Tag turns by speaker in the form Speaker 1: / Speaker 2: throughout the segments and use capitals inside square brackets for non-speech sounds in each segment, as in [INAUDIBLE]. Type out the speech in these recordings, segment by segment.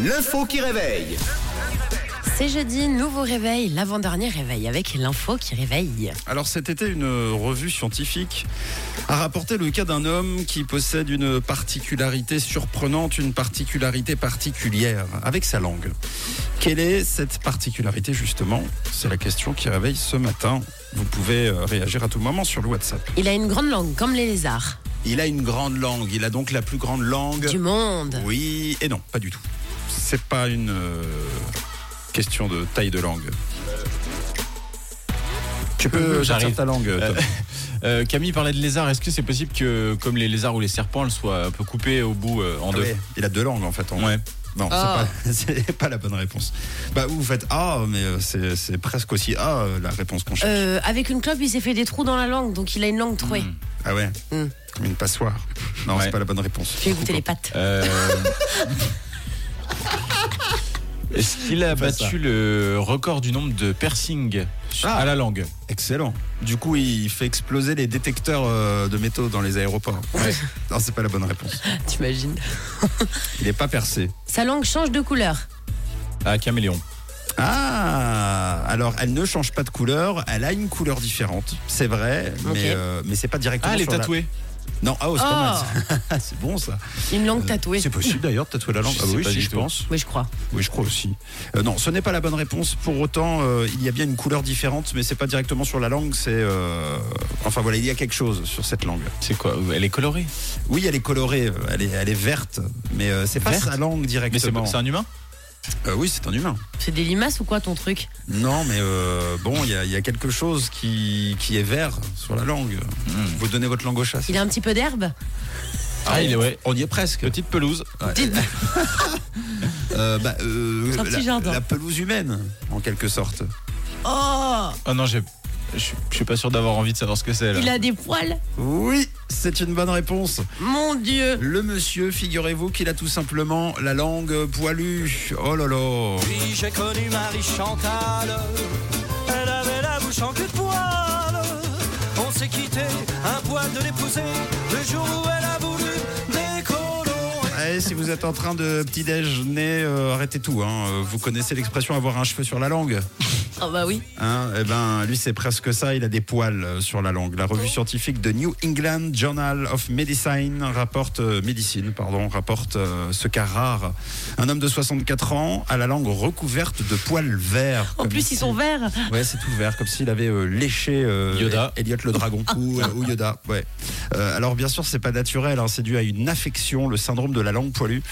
Speaker 1: L'info qui réveille.
Speaker 2: C'est jeudi, nouveau réveil, l'avant-dernier réveil avec l'info qui réveille.
Speaker 3: Alors cet été, une revue scientifique a rapporté le cas d'un homme qui possède une particularité surprenante, une particularité particulière avec sa langue. Quelle est cette particularité justement C'est la question qui réveille ce matin. Vous pouvez euh, réagir à tout moment sur le WhatsApp.
Speaker 2: Il a une grande langue, comme les lézards
Speaker 3: Il a une grande langue, il a donc la plus grande langue.
Speaker 2: du monde.
Speaker 3: Oui et non, pas du tout. C'est pas une euh, question de taille de langue. Tu peux j'arrive
Speaker 4: j'arrive.
Speaker 3: ta langue. Tom.
Speaker 4: Euh, Camille parlait de lézard. Est-ce que c'est possible que, comme les lézards ou les serpents, elle soit un peu coupée au bout euh, en
Speaker 3: Ah
Speaker 4: deux
Speaker 3: ouais, il a deux langues en fait. en vrai.
Speaker 4: Ouais.
Speaker 3: Non,
Speaker 2: Ah.
Speaker 3: c'est pas, [LAUGHS] c'est pas la bonne réponse. Bah, vous faites Ah, mais euh, c'est c'est presque aussi Ah euh, la réponse qu'on cherche.
Speaker 2: Euh, avec une clope, il s'est fait des trous dans la langue, donc il a une langue trouée.
Speaker 3: Ah ouais
Speaker 2: Hmm.
Speaker 3: Comme une passoire. Non,
Speaker 4: Ouais.
Speaker 3: c'est pas la bonne réponse.
Speaker 2: J'ai goûté les pattes. [LAUGHS]
Speaker 4: Euh, [LAUGHS] Est-ce qu'il a
Speaker 3: Fais
Speaker 4: battu
Speaker 3: ça.
Speaker 4: le record du nombre de piercings
Speaker 3: Ah.
Speaker 4: à la langue
Speaker 3: Excellent. Du coup, il fait exploser les détecteurs euh, de métaux dans les aéroports. Non, c'est pas la bonne réponse.
Speaker 2: T'imagines
Speaker 3: Il est pas percé.
Speaker 2: Sa langue change de couleur.
Speaker 4: à Caméléon
Speaker 3: Ah Alors, elle ne change pas de couleur, elle a une couleur différente, c'est vrai,
Speaker 2: Ok.
Speaker 3: mais, euh, mais c'est pas directement.
Speaker 4: Ah, elle est
Speaker 3: sur la-
Speaker 4: tatouée.
Speaker 3: Non, ah, oh, c'est pas mal. ça. [LAUGHS] c'est bon ça.
Speaker 2: Une langue tatouée.
Speaker 3: Euh, C'est possible d'ailleurs de tatouer la langue.
Speaker 4: Je
Speaker 3: Ah
Speaker 4: sais
Speaker 3: oui,
Speaker 4: pas
Speaker 3: si,
Speaker 4: du
Speaker 3: je
Speaker 4: tout.
Speaker 3: pense.
Speaker 2: Oui, je crois.
Speaker 3: Oui, je crois aussi. Euh, non, ce n'est pas la bonne réponse. Pour autant, euh, il y a bien une couleur différente, mais c'est pas directement sur la langue. C'est euh, enfin voilà, il y a quelque chose sur cette langue.
Speaker 4: C'est quoi Elle est colorée.
Speaker 3: Oui, elle est colorée, euh, elle est, elle est verte, mais euh, c'est pas
Speaker 4: Verte
Speaker 3: sa langue
Speaker 4: Mais c'est
Speaker 3: directement.
Speaker 4: c'est un humain
Speaker 3: Euh, oui, c'est un humain.
Speaker 2: C'est des limaces ou quoi ton truc
Speaker 3: Non, mais euh, bon, il y, a- il y a quelque chose qui, qui est vert sur la langue. Vous donnez votre langue au chat. c'est-
Speaker 2: Il a un petit peu d'herbe
Speaker 4: Hmm. Ah, il est ouais.
Speaker 3: On y est presque.
Speaker 4: Petite pelouse.
Speaker 2: Dites-
Speaker 3: Euh, bah, euh,
Speaker 2: C'est un petit
Speaker 3: la-
Speaker 2: jardin.
Speaker 3: la pelouse humaine, en quelque sorte.
Speaker 2: [LAUGHS] Oh
Speaker 4: Oh non, j'ai- je suis- je suis pas sûr d'avoir envie de savoir ce que c'est. là.
Speaker 2: Il a des poils
Speaker 3: Oui, c'est une bonne réponse.
Speaker 2: Mon Dieu
Speaker 3: Le monsieur, figurez-vous qu'il a tout simplement la langue poilue. Oh là là.
Speaker 5: Puis j'ai connu Marie Chantal, elle avait la bouche en queue de poil. On s'est quitté, un poil de l'épouser, le jour où elle a voulu décoller.
Speaker 3: Eh, si vous êtes en train de petit déjeuner, euh, arrêtez tout. hein. Euh, Vous connaissez l'expression avoir un cheveu sur la langue.
Speaker 2: Oh bah oui.
Speaker 3: Hein eh ben, lui c'est presque ça. Il a des poils euh, sur la langue. La
Speaker 2: Oh.
Speaker 3: revue scientifique de New England Journal of Medicine rapporte euh, médecine, pardon, rapporte euh, ce cas rare. Un homme de 64 ans a la langue recouverte de poils verts.
Speaker 2: En
Speaker 3: comme
Speaker 2: plus, ils
Speaker 3: si-
Speaker 2: sont verts.
Speaker 3: Ouais, c'est tout vert, comme s'il avait euh, léché euh,
Speaker 4: Yoda.
Speaker 3: Elliot le dragon ou, euh, ou Yoda. Ouais. Euh, alors bien sûr, c'est pas naturel, hein, c'est dû à une affection, le syndrome de la langue poilue.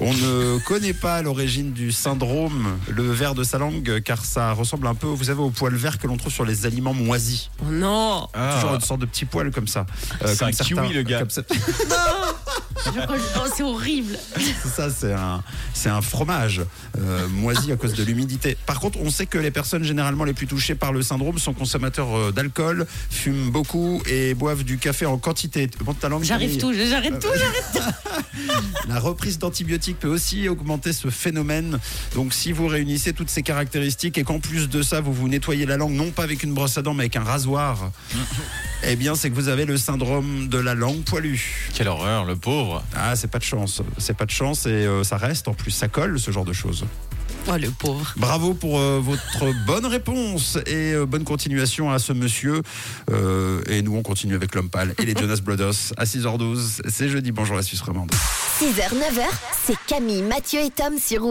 Speaker 3: On ne [LAUGHS] connaît pas l'origine du syndrome, le vert de sa langue, euh, car ça ressemble un peu, vous savez, au poil vert que l'on trouve sur les aliments moisis.
Speaker 2: Oh non
Speaker 4: Ah.
Speaker 3: Toujours une sorte de petit poil comme ça. Euh,
Speaker 4: C'est
Speaker 3: comme
Speaker 4: un kiwi, le gars.
Speaker 3: comme ça-
Speaker 2: Je crois que- oh, C'est horrible
Speaker 3: C'est ça, c'est un, c'est un fromage euh, moisi à cause de l'humidité. Par contre, on sait que les personnes généralement les plus touchées par le syndrome sont consommateurs euh, d'alcool, fument beaucoup et boivent du café en quantité. Bon, ta langue,
Speaker 2: J'arrive
Speaker 3: Camille.
Speaker 2: tout, j'arrête tout,
Speaker 3: Euh,
Speaker 2: j'arrête
Speaker 3: La reprise d'antibiotiques peut aussi augmenter ce phénomène. Donc, si vous réunissez toutes ces caractéristiques et qu'en plus de ça, vous vous nettoyez la langue non pas avec une brosse à dents mais avec un rasoir, [LAUGHS] eh bien, c'est que vous avez le syndrome de la langue poilue.
Speaker 4: Quelle horreur, le pauvre.
Speaker 3: Ah, c'est pas de chance. C'est pas de chance et euh, ça reste en plus, ça colle ce genre de choses.
Speaker 2: Oh le pauvre
Speaker 3: Bravo pour euh, votre [LAUGHS] bonne réponse et euh, bonne continuation à ce monsieur. Euh, et nous, on continue avec l'homme pâle et les Jonas Brothers à 6h12. C'est jeudi. Bonjour la Suisse romande.
Speaker 6: 6h, 9h, c'est Camille, Mathieu et Tom sur